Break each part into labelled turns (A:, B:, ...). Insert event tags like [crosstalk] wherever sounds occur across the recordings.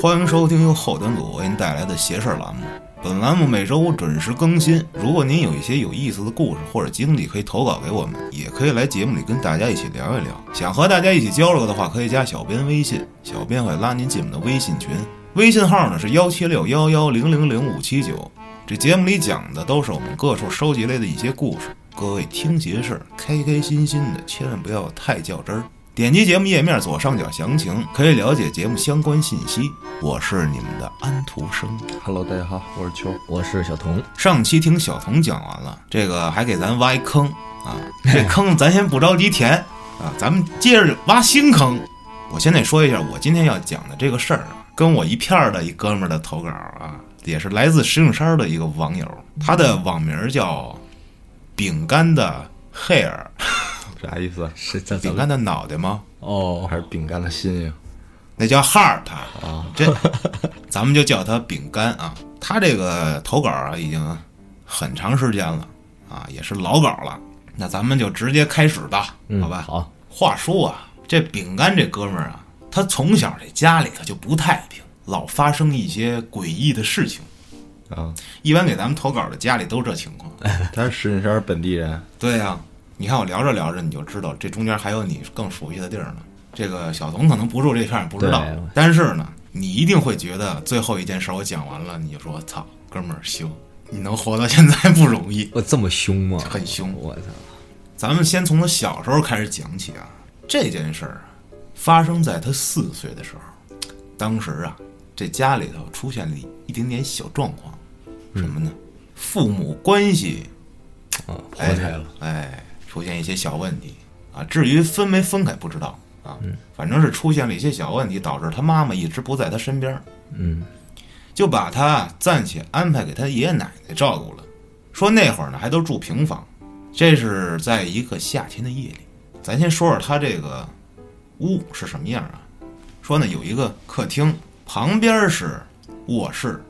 A: 欢迎收听由后端组为您带来的“邪事儿”栏目。本栏目每周五准时更新。如果您有一些有意思的故事或者经历，可以投稿给我们，也可以来节目里跟大家一起聊一聊。想和大家一起交流的话，可以加小编微信，小编会拉您进我们的微信群，微信号呢是幺七六幺幺零零零五七九。这节目里讲的都是我们各处收集来的一些故事，各位听邪事儿，开开心心的，千万不要太较真儿。点击节目页面左上角详情，可以了解节目相关信息。我是你们的安徒生。
B: Hello，大家好，我是秋。
C: 我是小童，
A: 上期听小童讲完了，这个还给咱挖一坑啊，这坑咱先不着急填啊，咱们接着挖新坑。啊我先得说一下，我今天要讲的这个事儿啊，跟我一片儿的一哥们儿的投稿啊，也是来自石景山的一个网友，他的网名叫“饼干的 hair”，
B: 啥意思？
C: 是这
A: 饼干的脑袋吗？
C: 哦
B: 还是饼干的心呀？
A: 那叫 heart 啊，这咱们就叫它饼干啊。他这个投稿啊，已经很长时间了啊，也是老稿了。那咱们就直接开始吧，嗯好吧？
C: 嗯好，
A: 话说啊，这饼干这哥们儿啊，他从小这家里头就不太平，老发生一些诡异的事情。
B: 啊，
A: 一般给咱们投稿的家里都这情况。
B: 他是石景山本地人，
A: 对呀、你看我聊着聊着你就知道，这中间还有你更熟悉的地儿呢。这个小童可能不住这片儿，不知道
C: 对，
A: 但是呢，你一定会觉得最后一件事儿我讲完了，你就说操，哥们儿行，你能活到现在不容易， [laughs]
C: 我这么凶吗？
A: 很凶。
C: 我操！
A: 咱们先从他小时候开始讲起啊。这件事儿啊，发生在他四岁的时候。当时啊，这家里头出现了一点点小状况，什么呢？父母关系
C: 啊，
A: 哎，哎，出现一些小问题啊。至于分没分开不知道啊，反正是出现了一些小问题，导致他妈妈一直不在他身边儿。
C: 嗯，
A: 就把他暂且安排给他爷爷奶奶照顾了。说那会儿呢，还都住平房。这是在一个夏天的夜里，咱先说说他这个屋是什么样啊？说呢，有一个客厅，旁边是卧室，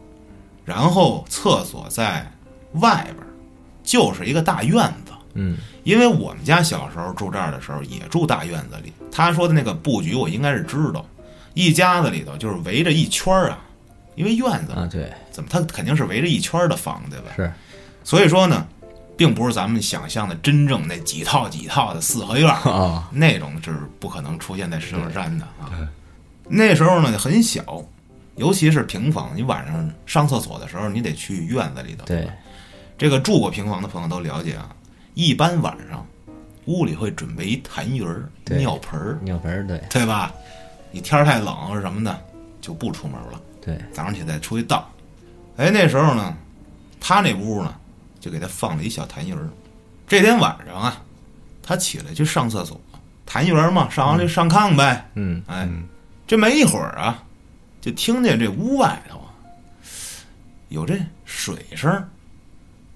A: 然后厕所在外边儿，就是一个大院子。
C: 嗯，
A: 因为我们家小时候住这儿的时候也住大院子里，他说的那个布局我应该是知道，一家子里头就是围着一圈儿啊，因为院子嘛
C: 啊，对，
A: 怎么他肯定是围着一圈儿的房对吧？
C: 是，
A: 所以说呢，并不是咱们想象的真正那几套几套的四合院儿
C: [laughs] 啊，
A: 那种是不可能出现在石景山的啊。那时候呢很小，尤其是平房，你晚上上厕所的时候，你得去院子里头。
C: 对，
A: 这个住过平房的朋友都了解啊，一般晚上屋里会准备一痰盂儿、
C: 对
A: 尿盆儿，
C: 尿盆儿，对
A: 对吧？你天儿太冷或者什么的，就不出门了，
C: 对，
A: 早上起来出去倒。哎，那时候呢，他那屋呢就给他放了一小痰盂儿。这天晚上啊，他起来去上厕所，痰盂儿嘛，上完了就上炕呗。
C: 嗯，
A: 哎，这没一会儿啊，就听见这屋外头啊有这水声儿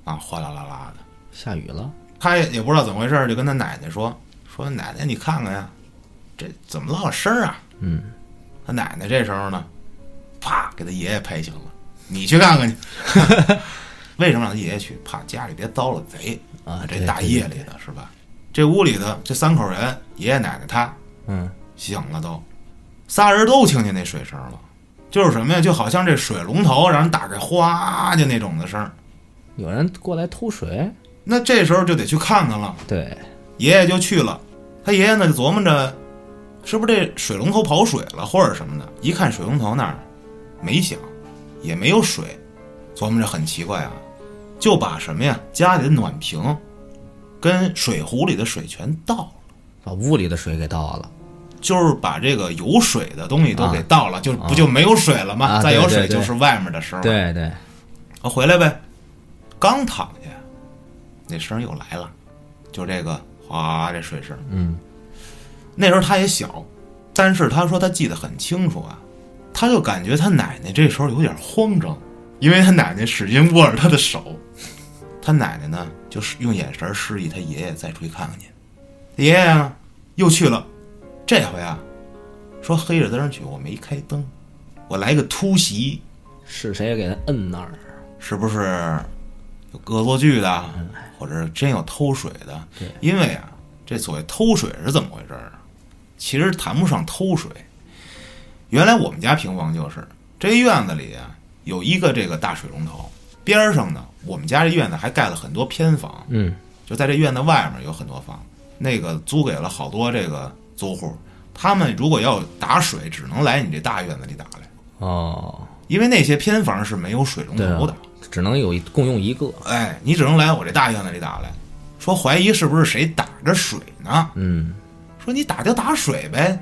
A: 啊，哗啦啦啦的。
C: 下雨了，
A: 他也也不知道怎么回事儿，就跟他奶奶说：“说奶奶，你看看呀，这怎么老有声儿啊
C: 嗯，？”
A: 他奶奶这时候呢，啪给他爷爷拍醒了：“你去看
C: [laughs]
A: 看去。”为什么让他爷爷去？怕家里别遭了贼
C: 啊
A: 这
C: 对
A: 大
C: 对
A: 夜里的是吧？这屋里的这三口人，爷爷奶奶他，
C: 嗯，
A: 醒了都，仨人都听见那水声了，就是什么呀？就好像这水龙头让人打开，哗就那种的声儿。
C: 有人过来偷水，
A: 那这时候就得去看看了。
C: 对，
A: 爷爷就去了，他爷爷呢就琢磨着，是不是这水龙头跑水了或者什么的？一看水龙头那儿没响，也没有水，琢磨着很奇怪啊，就把什么呀家里的暖瓶跟水壶里的水全倒了。
C: 把屋里的水给倒了，
A: 就是把这个有水的东西都给
C: 啊
A: 倒了，就不就没有水了吗？
C: 啊
A: 再有水
C: 对对对
A: 就是外面的声儿。
C: 对对，
A: 啊，回来呗。刚躺下，那声儿又来了，就这个哗这水声。
C: 嗯，
A: 那时候他也小，但是他说他记得很清楚啊，他就感觉他奶奶这时候有点慌张，因为他奶奶使劲握着他的手，他奶奶呢就是用眼神示意他爷爷再出去看看去，他爷爷啊又去了，这回啊说黑着灯去，我没开灯，我来个突袭，
C: 是谁给他摁那儿？
A: 是不是有恶作剧的，
C: 嗯
A: 或者是真有偷水的？因为啊，这所谓偷水是怎么回事儿啊？其实谈不上偷水。原来我们家平房就是这院子里啊有一个这个大水龙头，边儿上呢，我们家这院子还盖了很多偏房，
C: 嗯，
A: 就在这院子外面有很多房，那个租给了好多这个租户，他们如果要打水，只能来你这大院子里打来，
C: 哦，
A: 因为那些偏房是没有水龙
C: 对啊
A: 头的，，
C: 只能有一共用一个。
A: 哎，你只能来我这大院子里打来。说怀疑是不是谁打着水呢？
C: 嗯，
A: 说你打就打水呗，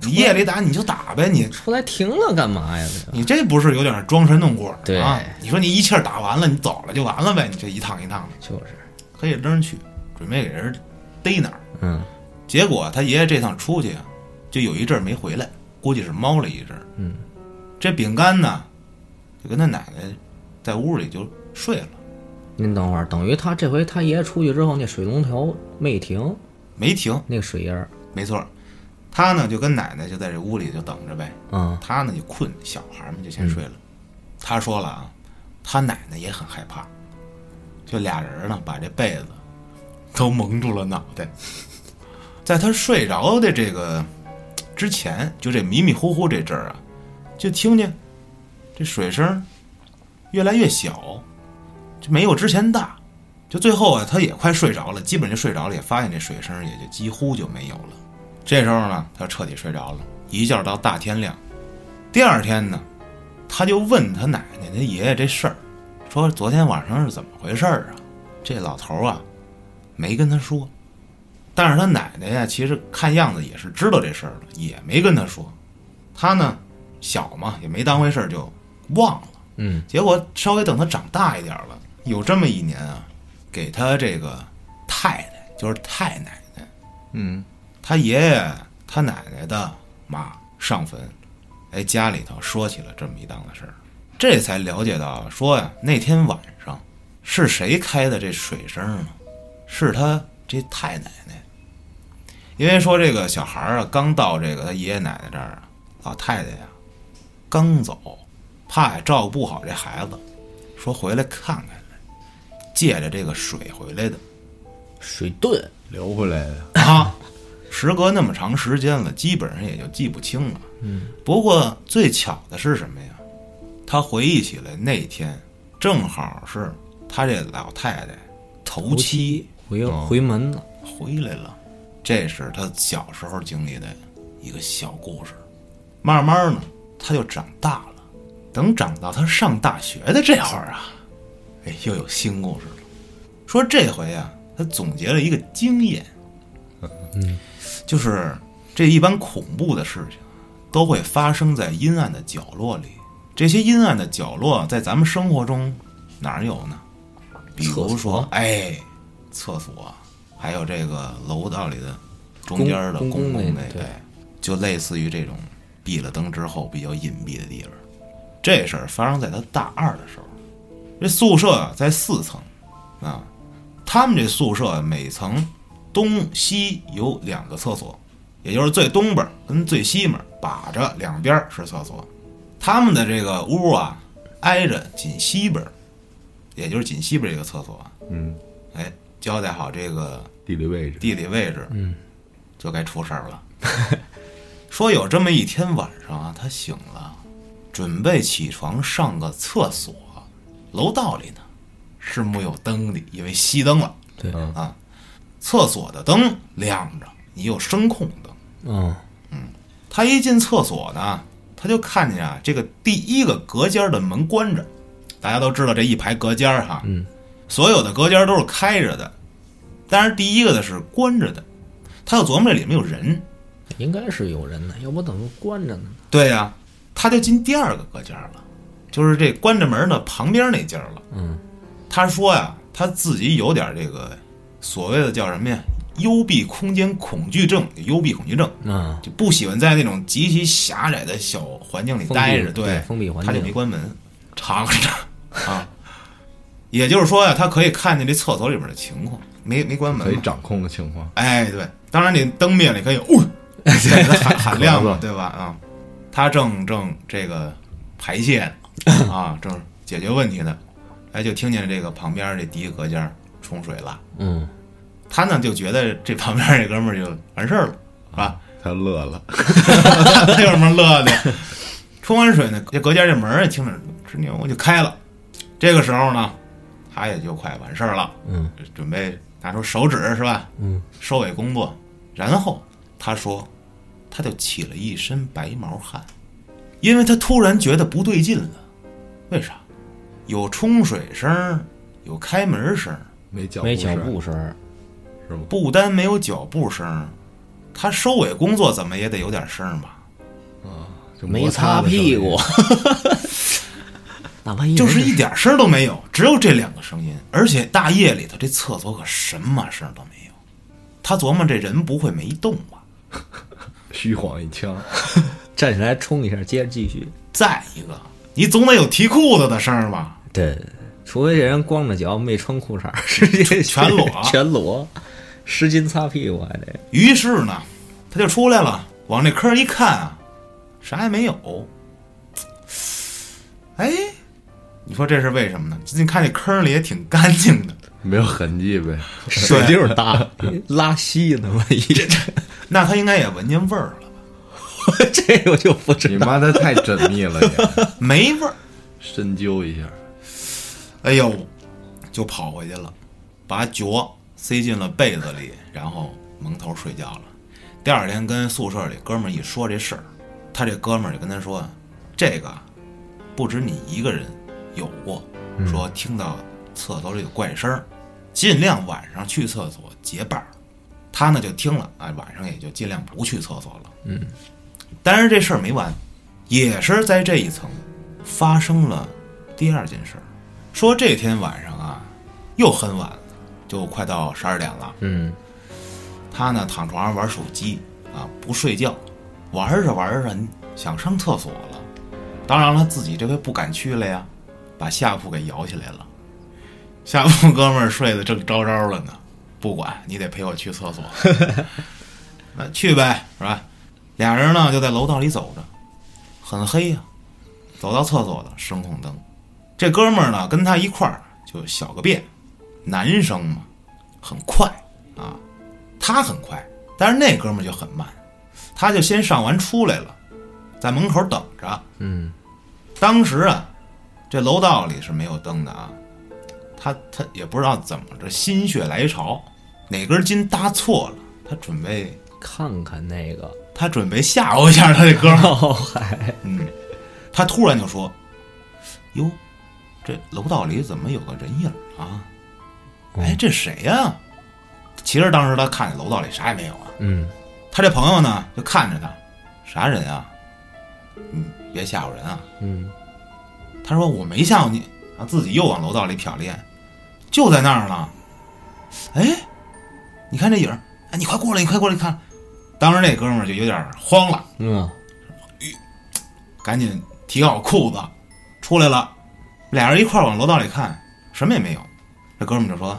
A: 你夜里打你就打呗，你
C: 出来停了干嘛呀？这个
A: 你这不是有点装神弄鬼儿
C: 对
A: 啊？你说你一气儿打完了，你走了就完了呗，你这一趟一趟的，
C: 就是，
A: 可以扔上去，准备给人逮哪儿。
C: 嗯
A: 结果他爷爷这趟出去啊，就有一阵儿没回来，估计是猫了一阵。
C: 嗯，
A: 这饼干呢，就跟他奶奶在屋里就睡了，
C: 您等会儿，等于他这回他爷爷出去之后，那水龙头没停，
A: 没停。
C: 那个水印儿，
A: 没错儿，他呢就跟奶奶就在这屋里就等着呗。
C: 嗯，
A: 他呢就困，小孩儿们就先睡了。他说了啊，他奶奶也很害怕，就俩人呢把这被子都蒙住了脑袋。在他睡着的这个之前，就这迷迷糊糊这阵儿啊，就听见这水声越来越小，就没有之前大。就最后啊，他也快睡着了，基本就睡着了，也发现这水声也就几乎就没有了。这时候呢，他彻底睡着了，一觉到大天亮。第二天呢，他就问他奶奶、他爷爷这事儿，说昨天晚上是怎么回事儿啊？这老头儿啊，没跟他说，但是他奶奶呀，其实看样子也是知道这事儿了，也没跟他说。他呢，小嘛，也没当回事儿，就忘了。
C: 嗯，
A: 结果稍微等他长大一点了，有这么一年啊，给他这个太太，就是太奶奶，
B: 嗯，
A: 他爷爷、他奶奶的妈上坟，哎，家里头说起了这么一档子事儿，这才了解到啊说呀，那天晚上是谁开的这水声呢？是他这太奶奶，因为说这个小孩儿啊，刚到这个他爷爷奶奶这儿啊，老太太呀、刚走，怕呀照顾不好这孩子，说回来看看来，借着这个水回来的。
C: 水遁，
B: 留回来的，
A: 啊，时隔那么长时间了，基本上也就记不清了。嗯，不过最巧的是什么呀？他回忆起来那天，正好是他这老太太头七
C: 回回门了，
A: 回来了，这是他小时候经历的一个小故事。慢慢呢，他就长大了。等长到他上大学的这会儿啊，哎，又有新故事了。说这回啊，他总结了一个经验，嗯，就是这一般恐怖的事情都会发生在阴暗的角落里。这些阴暗的角落在咱们生活中哪儿有呢？比
C: 厕
A: 如
C: 所
A: 说，哎，厕所，还有这个楼道里的中间的公
C: 公公
A: 共
C: 共
A: 那
C: 那对
A: 哎就类似于这种闭了灯之后比较隐蔽的地方。这事儿发生在他大二的时候，这宿舍啊在四层，啊，他们这宿舍每层东西有两个厕所，也就是最东边儿跟最西面儿把着两边儿是厕所。他们的这个屋啊，挨着紧西边儿，也就是紧西边儿这个厕所啊。
B: 嗯，
A: 哎，交代好这个
B: 地理位置，
A: 地理位置，嗯，就该出事儿了。说有这么一天晚上啊，他醒了，准备起床上个厕所，楼道里呢是木有灯的，因为熄灯了。
C: 对
B: 嗯
A: 啊，厕所的灯亮着，你有声控灯。
C: 嗯，
A: 他一进厕所呢，他就看见啊，这个第一个隔间的门关着。大家都知道这一排隔间儿哈，
C: 嗯，
A: 所有的隔间都是开着的，但是第一个的是关着的。他就琢磨这里面有人，
C: 应该是有人的，要不怎么关着呢？
A: 对呀、他就进第二个隔间儿了，就是这关着门的旁边那间儿了。
C: 嗯，
A: 他说呀、他自己有点这个所谓的叫什么呀，幽闭空间恐惧症，幽闭恐惧症。
C: 嗯，
A: 就不喜欢在那种极其狭窄的小环境里待着，
C: 封闭对封闭环境
A: 他就没关门，尝着啊。 [laughs] 也就是说呀、他可以看见这厕所里面的情况，没没关门
B: 可以
A: 嘛。
B: 掌控的情况，
A: 哎，对，当然你灯灭了，你可以
C: [laughs]
A: 呜，在那喊喊亮嘛， [laughs] 对吧？啊，他正正这个排泄呢
C: [laughs]
A: 啊，正解决问题呢，哎，就听见这个旁边这第一隔间儿冲水了，
C: 嗯，
A: 他呢就觉得这旁边这哥们儿就完事儿了，是吧？ [laughs]
B: 他乐了，
A: 他有什么乐的？冲完水呢，这隔间这门儿听着吱扭就开了。这个时候呢，他也就快完事儿了，
C: 嗯，
A: 准备拿出手指是吧？
C: 嗯，
A: 收尾工作。然后他说，他就起了一身白毛汗，因为他突然觉得不对劲了。为啥？有冲水声儿，有开门声儿，
B: 没脚
C: 没
B: 脚
C: 脚步声儿，
B: 是吗？
A: 不单没有脚步声儿，他收尾工作怎么也得有点声儿吧？
B: 就
C: 没
B: 摩
C: 擦
B: 擦的声
C: 屁
B: 音
C: 股， [laughs] 那万一
A: 就是一点声儿都没有，只有这两个声音，而且大夜里头这厕所可什么声儿都没有。他琢磨这人不会没动吧？
B: 虚晃一枪，
C: 站起来冲一下，接着继续。
A: 再一个，你总得有提裤子的声儿吧？
C: 对，除非这人光着脚没穿裤衩儿，直接
A: 全裸
C: [laughs] 全裸，湿巾擦屁股还得。
A: 于是呢，他就出来了，往这坑一看啊，啥也没有。哎，你说这是为什么呢？最近看这坑里也挺干净的，
B: 没有痕迹 [laughs] 呗？
C: 水劲儿 [laughs] 大，拉稀呢，万一
A: 那他应该也闻见味儿了
C: 这个我就不
B: 你
C: 知道。
B: 妈他太缜密了，你
A: 吧？没味儿，
B: 深究一下，
A: 哎呦，就跑回去了，把脚塞进了被子里，然后蒙头睡觉了。第二天跟宿舍里哥们儿一说这事儿，他这哥们儿就跟他说：“这个不止你一个人有过，说听到厕所里有怪声儿，尽量晚上去厕所结伴儿。”他呢就听了，哎，晚上也就尽量不去厕所了。嗯，但是这事儿没完，也是在这一层发生了第二件事儿。说这天晚上啊，又很晚了，就快到十二点了。
C: 嗯，
A: 他呢躺床上玩手机啊，不睡觉，玩着玩着想上厕所了。当然了，自己这回不敢去了呀，把下铺给摇起来了。下铺哥们儿睡得正招招了呢，不管你得陪我去厕所，那去呗，是吧？俩人呢就在楼道里走着，很黑呀、走到厕所了，声控灯。这哥们儿呢跟他一块儿就小个便，男生嘛，很快啊，他很快，但是那哥们儿就很慢，他就先上完出来了，在门口等着。嗯，当时啊，这楼道里是没有灯的啊，他他也不知道怎么着心血来潮，哪根筋搭错了，他准备
C: 看看那个，
A: 他准备吓唬一下他这哥们儿，
C: 哦嗨，
A: 嗯，他突然就说：“哟，这楼道里怎么有个人影儿啊？哎，
C: 嗯
A: 这谁呀、其实当时他看见楼道里啥也没有啊，
C: 嗯，
A: 他这朋友呢就看着他，啥人啊？嗯，别吓唬人啊。
C: 嗯，
A: 他说我没吓唬你啊，自己又往楼道里瞟了一眼，就在那儿呢。哎，你看这影儿，哎，你快过来，你快过来看。当时那哥们儿就有点慌了，
C: 嗯，
A: 赶紧提好裤子，出来了。俩人一块儿往楼道里看，什么也没有。这哥们儿就说：“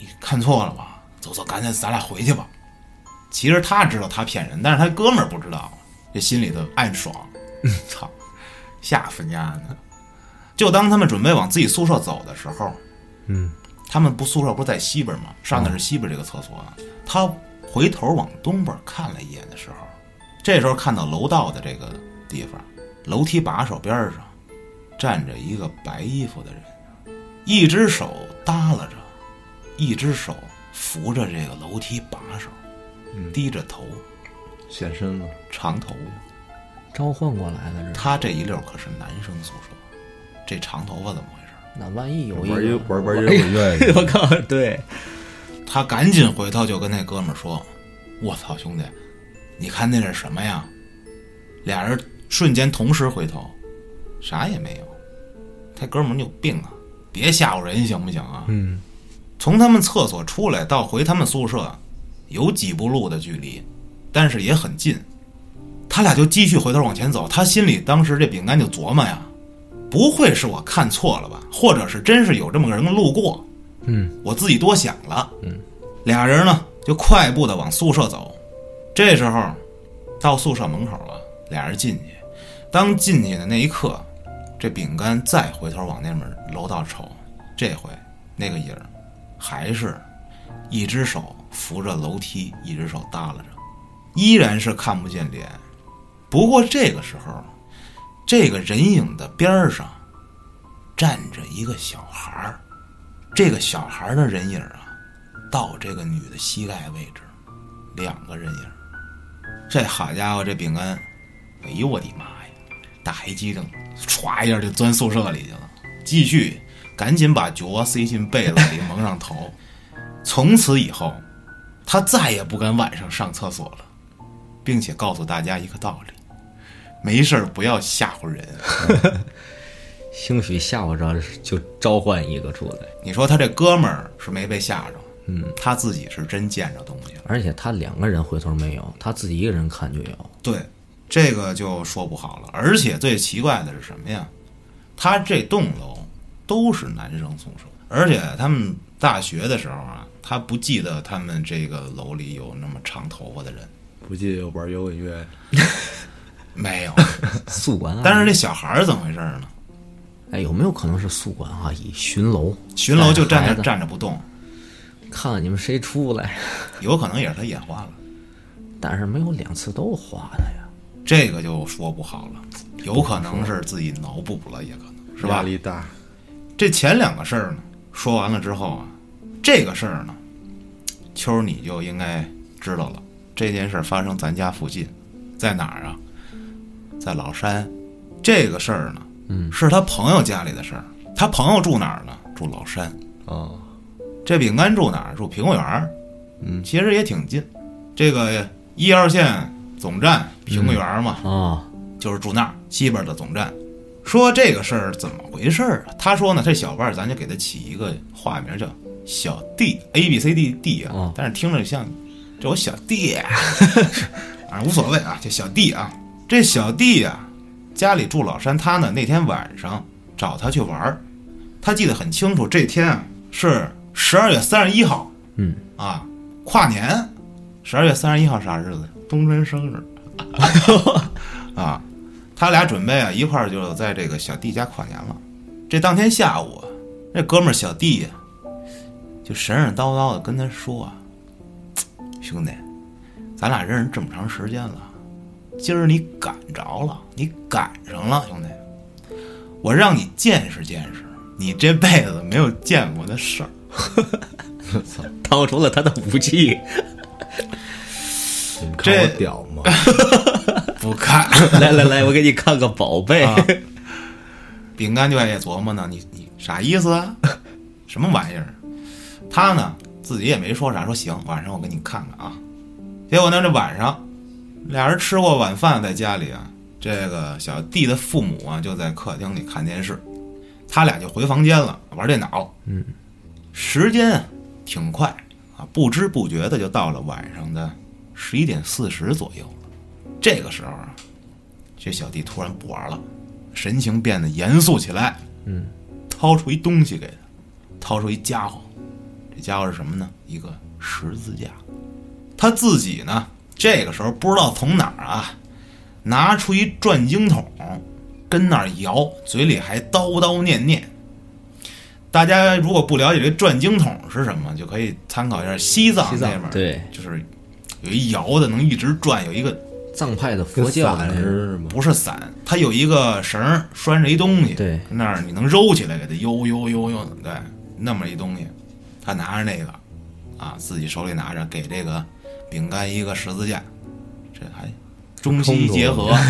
A: 你看错了吧？走走，赶紧咱俩回去吧。”其实他知道他骗人，但是他哥们儿不知道，啊这心里头暗爽，操，吓死丫的！就当他们准备往自己宿舍走的时候，
C: 嗯，
A: 他们不宿舍不是在西边吗？上的是西边这个厕所啊。他回头往东边看了一眼的时候，这时候看到楼道的这个地方，楼梯把手边上站着一个白衣服的人，一只手耷拉着，一只手扶着这个楼梯把手，低着头，
B: 现身了，
A: 长头发。
C: 召唤过来的这，
A: 他这一溜可是男生宿舍，这长头发怎么回事？
C: 那万一有一个
B: 玩
C: 哎
B: 一玩玩一会儿
C: 我靠，对，
A: 他赶紧回头就跟那哥们儿说：“我操，兄弟，你看那是什么呀？”俩人瞬间同时回头，啥也没有。他哥们儿你有病啊！别吓唬人行不行啊？
C: 嗯，
A: 从他们厕所出来到回他们宿舍，有几步路的距离，但是也很近。他俩就继续回头往前走，他心里当时这饼干就琢磨呀，不会是我看错了吧？或者是真是有这么个人路过？
C: 嗯，
A: 我自己多想了。嗯，俩人呢就快步的往宿舍走。这时候到宿舍门口了，俩人进去。当进去的那一刻，这饼干再回头往那门楼道瞅，这回那个影儿还是一只手扶着楼梯，一只手耷拉着，依然是看不见脸。不过这个时候，这个人影的边儿上站着一个小孩儿，这个小孩儿的人影啊，到这个女的膝盖位置，两个人影儿。这好家伙，这饼干，哎呦我的妈呀！打一激灵，歘一下就钻宿舍里去了。继续，赶紧把脚塞进被子里，蒙上头。从此以后，他再也不敢晚上上厕所了，并且告诉大家一个道理：没事儿不要吓唬人。
C: 兴许吓唬着就召唤一个出来。
A: 你说他这哥们儿是没被吓着，嗯，他自己是真见着东西了。
C: 而且他两个人回头没有，他自己一个人看就有。
A: 对，这个就说不好了。而且最奇怪的是什么呀？他这栋楼都是男生宿舍，而且他们大学的时候啊，他不记得他们这个楼里有那么长头发的人，
B: 不记得玩摇滚乐，
A: 没有。
C: 宿管阿姨，
A: [laughs] 但是这小孩儿怎么回事儿呢？
C: 哎，有没有可能是宿管阿姨巡楼？
A: 巡楼就站那
C: 带
A: 儿
C: 着
A: 站着不动，
C: 孩子，看看你们谁出来。
A: 有可能也是他眼花了，
C: 但是没有两次都花的呀。
A: 这个就说不好了，有可能是自己脑补了，也可能是
B: 压
A: 吧？
B: 力大，
A: 这前两个事儿呢，说完了之后啊，这个事儿呢，秋儿你就应该知道了。这件事儿发生咱家附近，在哪儿啊？在老山。这个事儿呢，嗯，是他朋友家里的事儿。他朋友住哪儿呢？住老山。
B: 哦，
A: 这饼干住哪儿？住平果园儿。嗯，其实也挺近。这个一号线总站平果园儿嘛，
C: 啊、哦，
A: 就是住那儿西边的总站。说这个事儿怎么回事儿啊？他说呢，这小伴儿咱就给他起一个化名叫小 D A B C D D 啊，
C: 哦
A: 但是听着像这我小弟
C: [laughs]
A: 啊，啊无所谓啊，这小弟啊，这小弟啊，家里住老山，他呢那天晚上找他去玩儿，他记得很清楚，这天啊是十二月三十一号，
C: 嗯
A: 啊，跨年，十二月三十一号啥日子呀？东真生日，啊，他俩准备啊一块儿就在这个小弟家跨年了。这当天下午啊，这哥们儿小弟呀、就神神叨叨的跟他说、啊：“兄弟，咱俩认识这么长时间了，今儿你赶着了，你赶上了，兄弟，我让你见识见识你这辈子没有见过的事儿。”
C: 掏出了他的武器，
B: 你们看
A: 这
B: 我屌吗？
A: 不看。
C: [laughs] 来来来，我给你看个宝贝。 [laughs]
A: 啊饼干就爱琢磨呢，你你啥意思啊？ [laughs] 什么玩意儿？他呢自己也没说啥，说行，晚上我给你看看啊。结果呢，这晚上俩人吃过晚饭，在家里啊，这个小弟的父母啊就在客厅里看电视，他俩就回房间了，玩电脑。嗯，时间啊挺快啊，不知不觉的就到了晚上的十一点四十左右了。这个时候啊，这小弟突然不玩了。神情变得严肃起来。
C: 嗯，
A: 掏出一东西给他，掏出一家伙，这家伙是什么呢？一个十字架。他自己呢，这个时候不知道从哪儿啊，拿出一转经筒，跟那儿摇，嘴里还叨叨念念。大家如果不了解这转经筒是什么，就可以参考一下西藏
C: 西
A: 那
C: 藏
A: 边儿，
C: 对
A: 就是有一摇的能一直转，有一个
C: 藏派的佛教的
B: 跟
C: 那
B: 伞
C: 种
B: 似的吗？
A: 不是伞，它有一个绳儿拴着一东西，
C: 对，
A: 那儿你能揉起来，给它悠悠悠悠，对，那么一东西，他拿着那个，啊，自己手里拿着，给这个饼干一个十字架，这还中西结合，啊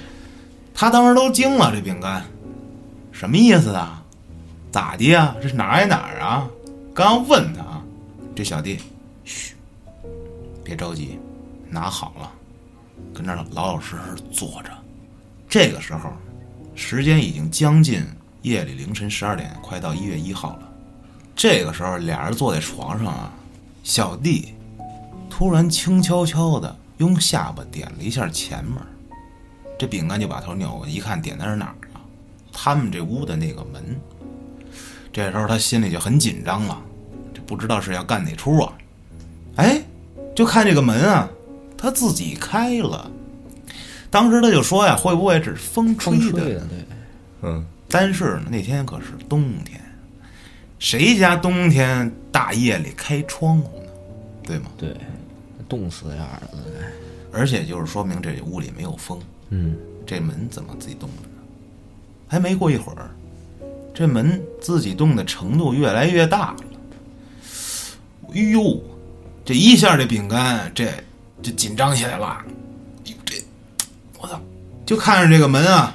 A: [laughs] 他当时都惊了，这饼干什么意思啊？咋的呀？这是哪儿挨哪儿啊？刚问他，啊，这小弟，嘘，别着急，拿好了，跟那儿老老实实坐着。这个时候，时间已经将近夜里凌晨十二点，快到一月一号了。这个时候，俩人坐在床上啊，小弟突然轻悄悄的用下巴点了一下前面儿，这饼干就把头扭过去，一看点的是哪儿了？他们这屋的那个门。这时候他心里就很紧张了，这不知道是要干哪出啊。哎，就看这个门啊，他自己开了。当时他就说呀，会不会只是风吹
C: 风
A: 的？
C: 吹的，对，
B: 嗯，
A: 但是呢，那天可是冬天，谁家冬天大夜里开窗户呢？对吗？
C: 对，冻死呀儿子，
A: 而且就是说明这屋里没有风。
C: 嗯，
A: 这门怎么自己动的呢？还没过一会儿，这门自己动的程度越来越大了。哎呦，这一下这饼干这就紧张起来了。哎呦，这我操！就看着这个门啊，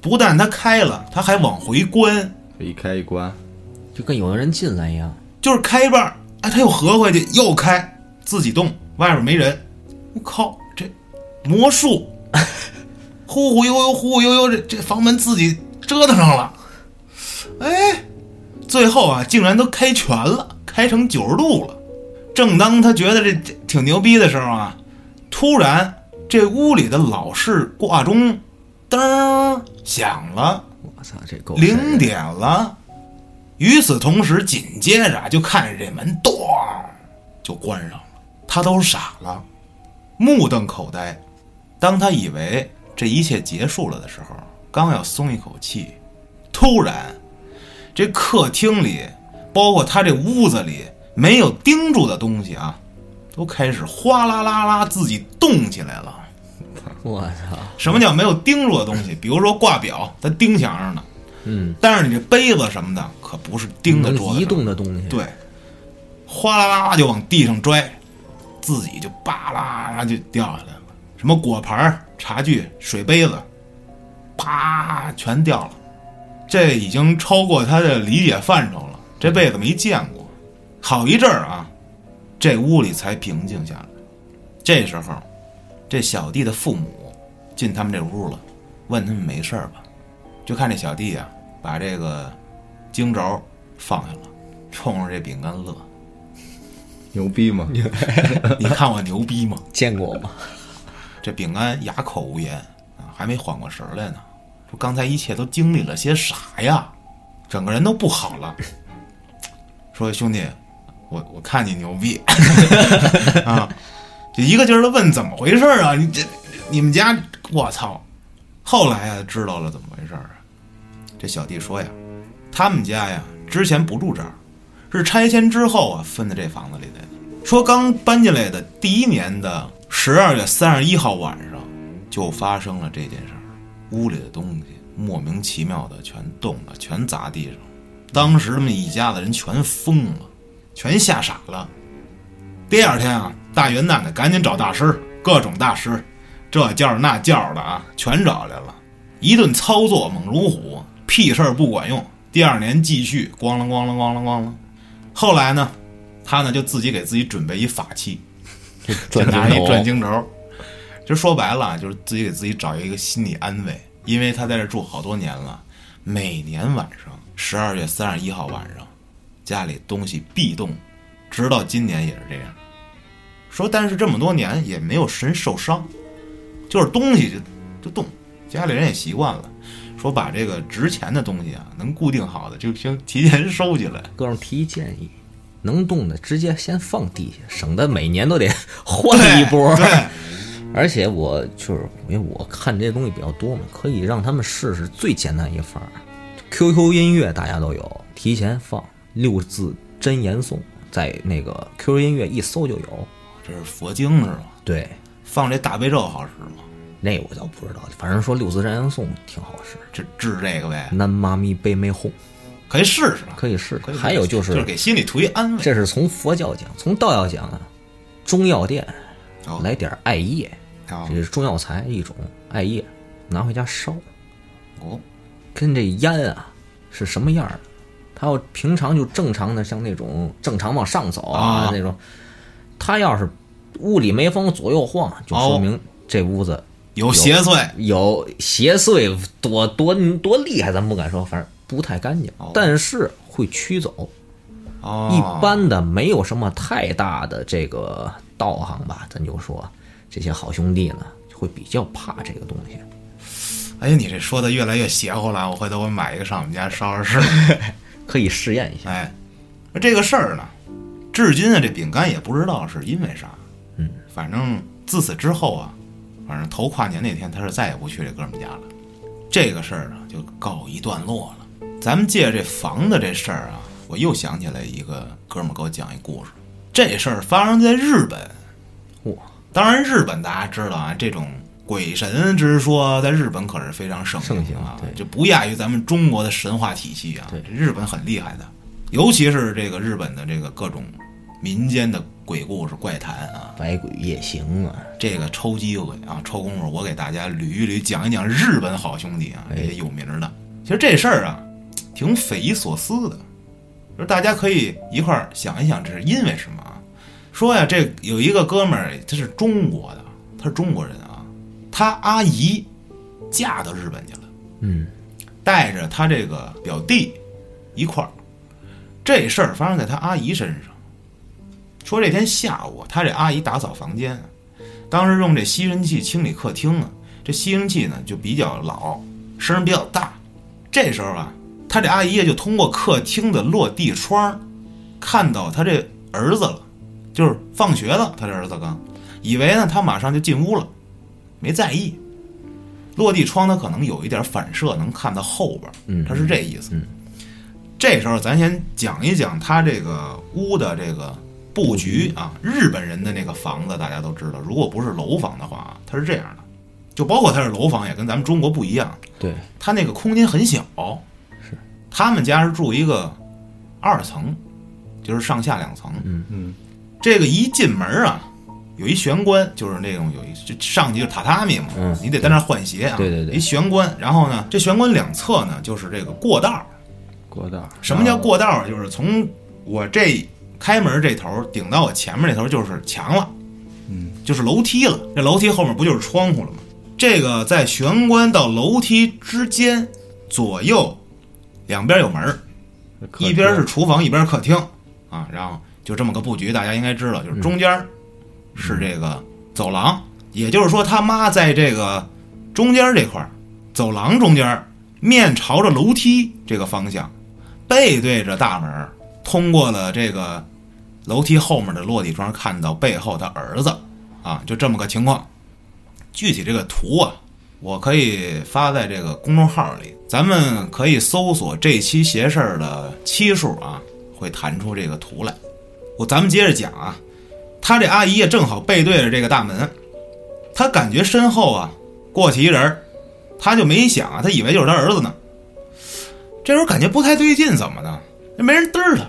A: 不但它开了，它还往回关。
B: 这一开一关，
C: 就跟有人进来一样。
A: 就是开一半儿，哎，他又合回去，又开，自己动，外边没人。我靠，这魔术，忽忽悠悠，忽忽悠悠，这这房门自己折腾上了。哎，最后啊，竟然都开全了，开成九十度了。正当他觉得这这挺牛逼的时候啊，突然这屋里的老式挂钟噔儿响了。
C: 我操，这够瘆人
A: 零点了。与此同时，紧接着啊就看着这门咚就关上了，他都傻了，目瞪口呆。当他以为这一切结束了的时候，刚要松一口气，突然，这客厅里，包括他这屋子里没有盯住的东西啊，都开始哗啦啦啦自己动起来了。
C: 我操，
A: 什么叫没有盯住的东西？比如说挂表，它钉响着呢。
C: 嗯，
A: 但是你这杯子什么的可不是钉在
C: 能
A: 桌子
C: 移
A: 上，
C: 动的东西。，
A: 对，哗啦啦啦就往地上拽，自己就吧啦啦就掉下来了。什么果盘儿、茶具、水杯子，啪全掉了。这已经超过他的理解范畴了，这辈子没见过。好一阵儿啊，这屋里才平静下来。啊这时候，这小弟的父母进他们这屋了，问他们没事儿吧？就看这小弟啊，把这个荆轴放下了，冲着这饼干乐。 [laughs]
B: 牛逼吗？
A: 你看我牛逼吗？
C: 见过 [laughs] 吗？
A: 这饼干哑口无言啊，还没缓过神儿来呢。说刚才一切都经历了些啥呀？整个人都不好了。说兄弟，我我看你牛逼 [laughs] 啊，就一个劲儿的问怎么回事儿啊？你这你们家我操！后来呀、知道了怎么回事儿啊。这小弟说呀，他们家呀之前不住这儿，是拆迁之后啊分的这房子里的。说刚搬进来的第一年的十二月三十一号晚上，就发生了这件事儿，屋里的东西莫名其妙的全动了，全砸地上了。当时他们一家子人全疯了，全吓傻了。第二天啊，大元旦的赶紧找大师，各种大师，这教儿那教儿的啊，全找来了，一顿操作猛如虎，屁事儿不管用。第二年继续，咣啷咣啷咣啷咣啷。后来呢，他呢就自己给自己准备一法器，就拿一转经轴。就说白了，啊就是自己给自己找一个心理安慰，因为他在这住好多年了，每年晚上十二月三十一号晚上，家里东西必动，直到今年也是这样。说但是这么多年也没有神受伤，就是东西就就动，家里人也习惯了。说把这个值钱的东西啊，能固定好的就先提前收起来。
C: 哥们儿提一建议，能动的直接先放地下，省得每年都得 [laughs] 换一波。
A: 对，
C: 而且我就是因为我看这些东西比较多嘛，可以让他们试试最简单一法儿。QQ 音乐大家都有，提前放六字真言颂，在那个 QQ 音乐一搜就有。
A: 这是佛经是吧？
C: 对，
A: 放这大悲咒好使吗？
C: 那我倒不知道，反正说六字真言颂挺好使。
A: 治治这个呗，
C: 南妈咪贝妹哄，
A: 可以试试啊。
C: 可以试
A: 可
C: 试。
A: 以试试
C: 还有就
A: 就是
C: 是，
A: 给心里图一安慰。
C: 这是从佛教讲，从道教讲啊，中药店
A: 哦
C: 来点艾叶，
A: 啊
C: 这是中药材一种艾叶，拿回家烧，
A: 哦，
C: 跟这烟啊是什么样儿的？它要平常就正常的，像那种正常往上走
A: 啊
C: 那种，它要是屋里没风左右晃，就
A: 哦
C: 说明这屋子
A: 有邪祟
C: 有邪祟，多多多厉害，咱不敢说，反正不太干净，
A: 哦
C: 但是会驱走。
A: 哦，
C: 一般的没有什么太大的这个道行吧，咱就说这些好兄弟呢会比较怕这个东西。
A: 哎呀，你这说的越来越邪乎了，我回头我买一个上我们家烧烧试。
C: [laughs] 可以试验一下。
A: 哎，那这个事儿呢，至今啊，这饼干也不知道是因为啥。
C: 嗯，
A: 反正自此之后啊，反正头跨年那天，他是再也不去这哥们家了。这个事儿呢，就告一段落了。咱们借这房子这事儿啊，我又想起来一个哥们儿给我讲一故事。这事儿发生在日本，
C: 哇，
A: 当然，日本大家知道啊，这种鬼神之说在日本可是非常盛
C: 盛
A: 行
C: 行
A: 啊
C: 对，
A: 这不亚于咱们中国的神话体系啊。
C: 对
A: 这日本很厉害的，尤其是这个日本的这个各种民间的鬼故事怪谈啊，
C: 百鬼夜行啊，
A: 这个抽机会啊，抽功夫，我给大家捋一捋，讲一讲日本好兄弟啊，
C: 哎
A: 这些有名的。其实这事儿啊，挺匪夷所思的，就是大家可以一块儿想一想，这是因为什么啊？说呀，这有一个哥们儿，他是中国的，他是中国人啊，他阿姨嫁到日本去了，
C: 嗯，
A: 带着他这个表弟一块儿，这事儿发生在他阿姨身上。说这天下午，他这阿姨打扫房间，啊当时用这吸尘器清理客厅啊，这吸尘器呢就比较老，声儿比较大。这时候啊，他这阿姨啊就通过客厅的落地窗儿，看到他这儿子了，就是放学了，他这儿子刚，以为呢他马上就进屋了，没在意。落地窗他可能有一点反射，能看到后边儿，
C: 嗯
A: 他是这意思。这时候咱先讲一讲他这个屋的这个布局啊。日本人的那个房子大家都知道，如果不是楼房的话啊，它是这样的，就包括它是楼房也跟咱们中国不一样，
C: 对，
A: 它那个空间很小。
C: 是，
A: 他们家是住一个二层，就是上下两层。
C: 嗯
B: 嗯，
A: 这个一进门啊，有一玄关，就是那种有一就上去就是榻榻米嘛，
C: 嗯
A: 你得在那儿换鞋啊。
C: 对对对
A: 一玄关，然后呢，这玄关两侧呢就是这个过道儿。
B: 过道。
A: 什么叫过道儿？就是从我这开门这头儿顶到我前面那头儿就是墙了，
B: 嗯，
A: 就是楼梯了。这楼梯后面不就是窗户了吗？这个在玄关到楼梯之间左右两边有门儿，
B: 客厅
A: 一边是厨房，一边是客厅啊，然后就这么个布局，大家应该知道，
B: 嗯
A: 就是中间儿是这个走廊，也就是说他妈在这个中间儿这块儿，走廊中间儿面朝着楼梯这个方向，背对着大门儿，通过了这个楼梯后面的落地窗，看到背后的儿子啊，就这么个情况。具体这个图啊，我可以发在这个公众号里，咱们可以搜索这期邪事儿的期数啊，会弹出这个图来。我咱们接着讲啊，他这阿姨也正好背对着这个大门，他感觉身后啊过去一人儿，他就没想啊，他以为就是他儿子呢。这时候感觉不太对劲，怎么的？没人嘚儿他，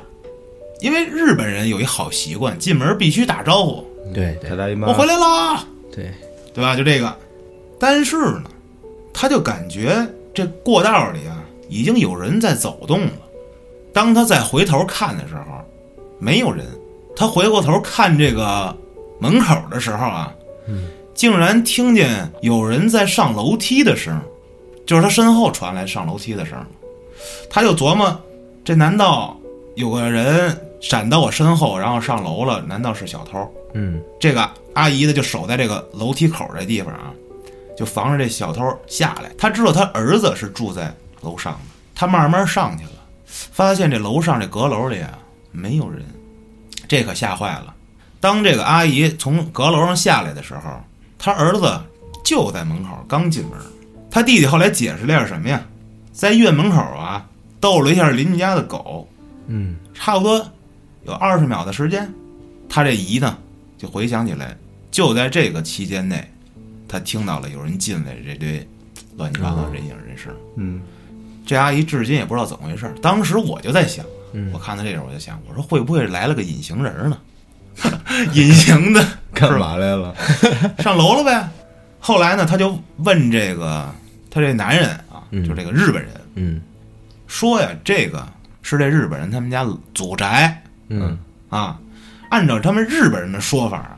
A: 因为日本人有一好习惯，进门必须打招呼，
C: 对
B: 他
C: 对
B: 大姨妈
A: 我回来啦。
C: 对，
A: 对吧？就这个。但是呢，他就感觉这过道里啊，已经有人在走动了。当他再回头看的时候，没有人。他回过头看这个门口的时候啊，竟然听见有人在上楼梯的声儿，就是他身后传来上楼梯的声儿。他就琢磨，这难道有个人闪到我身后，然后上楼了？难道是小偷？
C: 嗯
A: 这个阿姨呢就守在这个楼梯口这地方啊，就防着这小偷下来。她知道她儿子是住在楼上的，她慢慢上去了，发现这楼上这阁楼里啊没有人，这可吓坏了。当这个阿姨从阁楼上下来的时候，她儿子就在门口，刚进门。她弟弟后来解释了点什么呀，在院门口啊逗了一下邻居家的狗，
C: 嗯，
A: 差不多有二十秒的时间，他这姨呢就回想起来，就在这个期间内，他听到了有人进来这堆乱七八糟人影人事。
B: 嗯，
A: 这阿姨至今也不知道怎么回事儿。当时我就在想，
C: 嗯
A: 我看到这种我就想，我说会不会来了个隐形人 [laughs] 儿呢？隐形的
B: 干嘛来了？
A: 上楼了呗。后来呢，他就问这个他这男人啊，
C: 嗯
A: 就这个日本人，
C: 嗯
A: 说呀，这个是这日本人他们家祖宅，
C: 嗯
A: 啊，按照他们日本人的说法啊，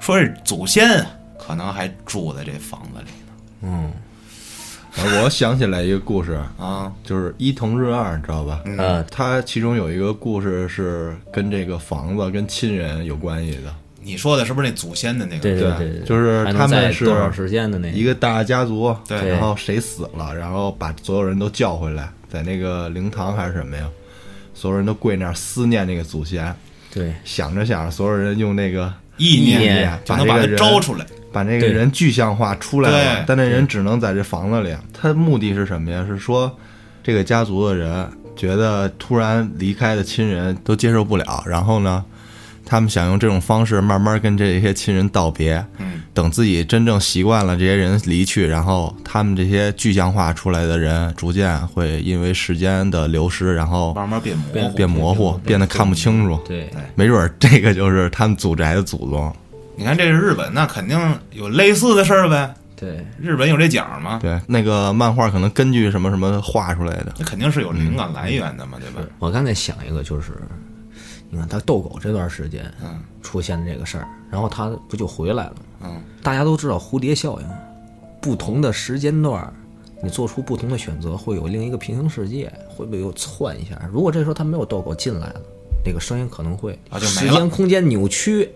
A: 说是祖先啊，可能还住在这房子里
C: 嗯
B: 啊我想起来一个故事，
A: 呢啊。
B: 就是伊藤润二，你知道吧？
C: 呃，
B: 他其中有一个故事是跟这个房子、跟亲人有关系的。
A: 你说的是不是那祖先的那个？
C: 对
B: 对
C: 对啊对，
B: 就是
C: 还能
B: 他们
C: 在
B: 是
C: 多少时间的那
B: 一个大家族，
A: 对
B: 然后谁死了，然后把所有人都叫回来，在那个灵堂还是什么呀？所有人都跪那儿思念那个祖先，
C: 对
B: 想着想着，所有人用那个
A: 意念啊
C: 意
B: 念
A: 就能
B: 把
A: 把
B: 这
A: 它
B: 个人
A: 招出来。
B: 把那个人具象化出来了
A: 对，
B: 但那人只能在这房子里。他目的是什么呀？是说这个家族的人觉得突然离开的亲人都接受不了，然后呢，他们想用这种方式慢慢跟这些亲人道别。
A: 嗯，
B: 等自己真正习惯了这些人离去，然后他们这些具象化出来的人，逐渐会因为时间的流失，然后
A: 慢慢变模糊。
B: 变模糊，变得看不清楚。
C: 对，
B: 没准儿这个就是他们祖宅的祖宗。
A: 你看，这是日本，那肯定有类似的事儿呗。
C: 对，
A: 日本有这讲吗？
B: 对，啊那个漫画可能根据什么什么画出来的。
A: 那肯定是有灵
C: 嗯
A: 感来源的嘛，对吧？
C: 我刚才想一个，就是你看他逗狗这段时间，
A: 嗯，
C: 出现这个事儿，然后他不就回来了吗？
A: 嗯，
C: 大家都知道蝴蝶效应，不同的时间段儿，你做出不同的选择，会有另一个平行世界，会不会又窜一下？如果这时候他没有逗狗进来了，这个声音可能会
A: 啊就没
C: 时
A: 了
C: 间空间扭曲，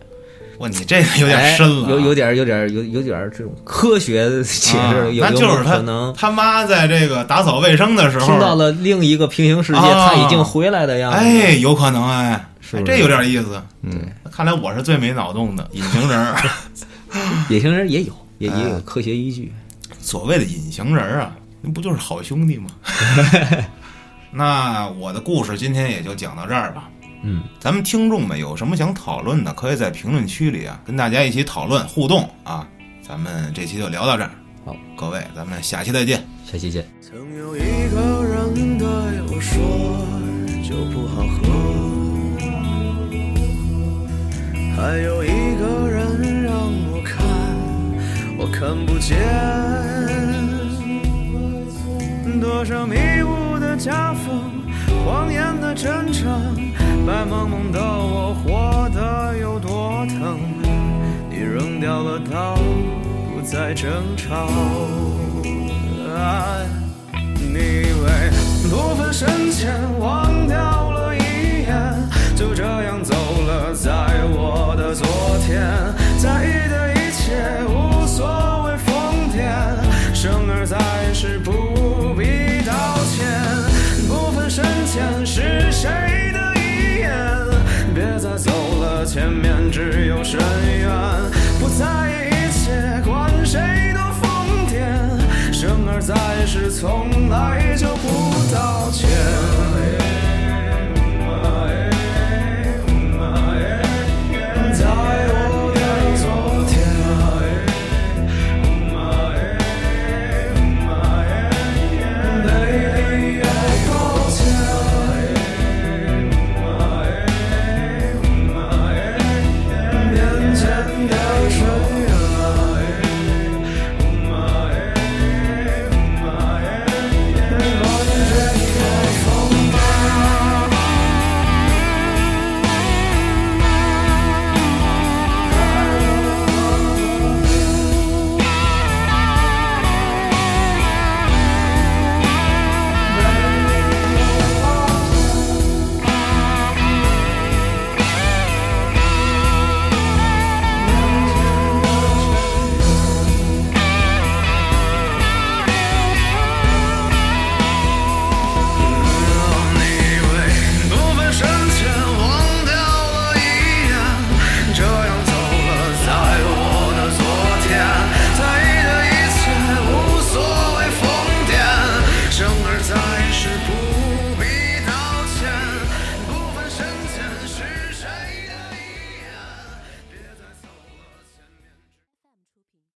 A: 哇，你这个有点深了啊，
C: 哎有有点有点有有点这种科学的解
A: 啊
C: 释，有
A: 那
C: 有
A: 就是
C: 可
A: 他
C: 能
A: 他妈在这个打扫卫生的时候
C: 听到了另一个平行世界，
A: 啊
C: 他已经回来的样子。
A: 哎，有可能哎，
C: 是
A: 哎
C: 不是
A: 这有点意思。嗯，看来我是最没脑洞的隐形人
C: [laughs]
A: 儿。
C: 隐形人也有，也也有科学依据。
A: 所谓的隐形人儿啊，那不就是好兄
C: [laughs]
A: 弟吗？那我的故事今天也就讲到这儿吧。
C: 嗯，
A: 咱们听众们有什么想讨论的，可以在评论区里啊跟大家一起讨论互动啊。咱们这期就聊到这儿，
C: 好，
A: 各位，咱们下期再见。
C: 下期见。
D: 曾有一个人对我说，酒不好喝。还有一个人让我看，我看不见。多少迷雾的夹缝，谎言的真诚，白茫茫的我活得有多疼？你扔掉了刀，不再争吵。啊你以为不分深浅，忘掉了一眼，就这样走了，在我的昨天。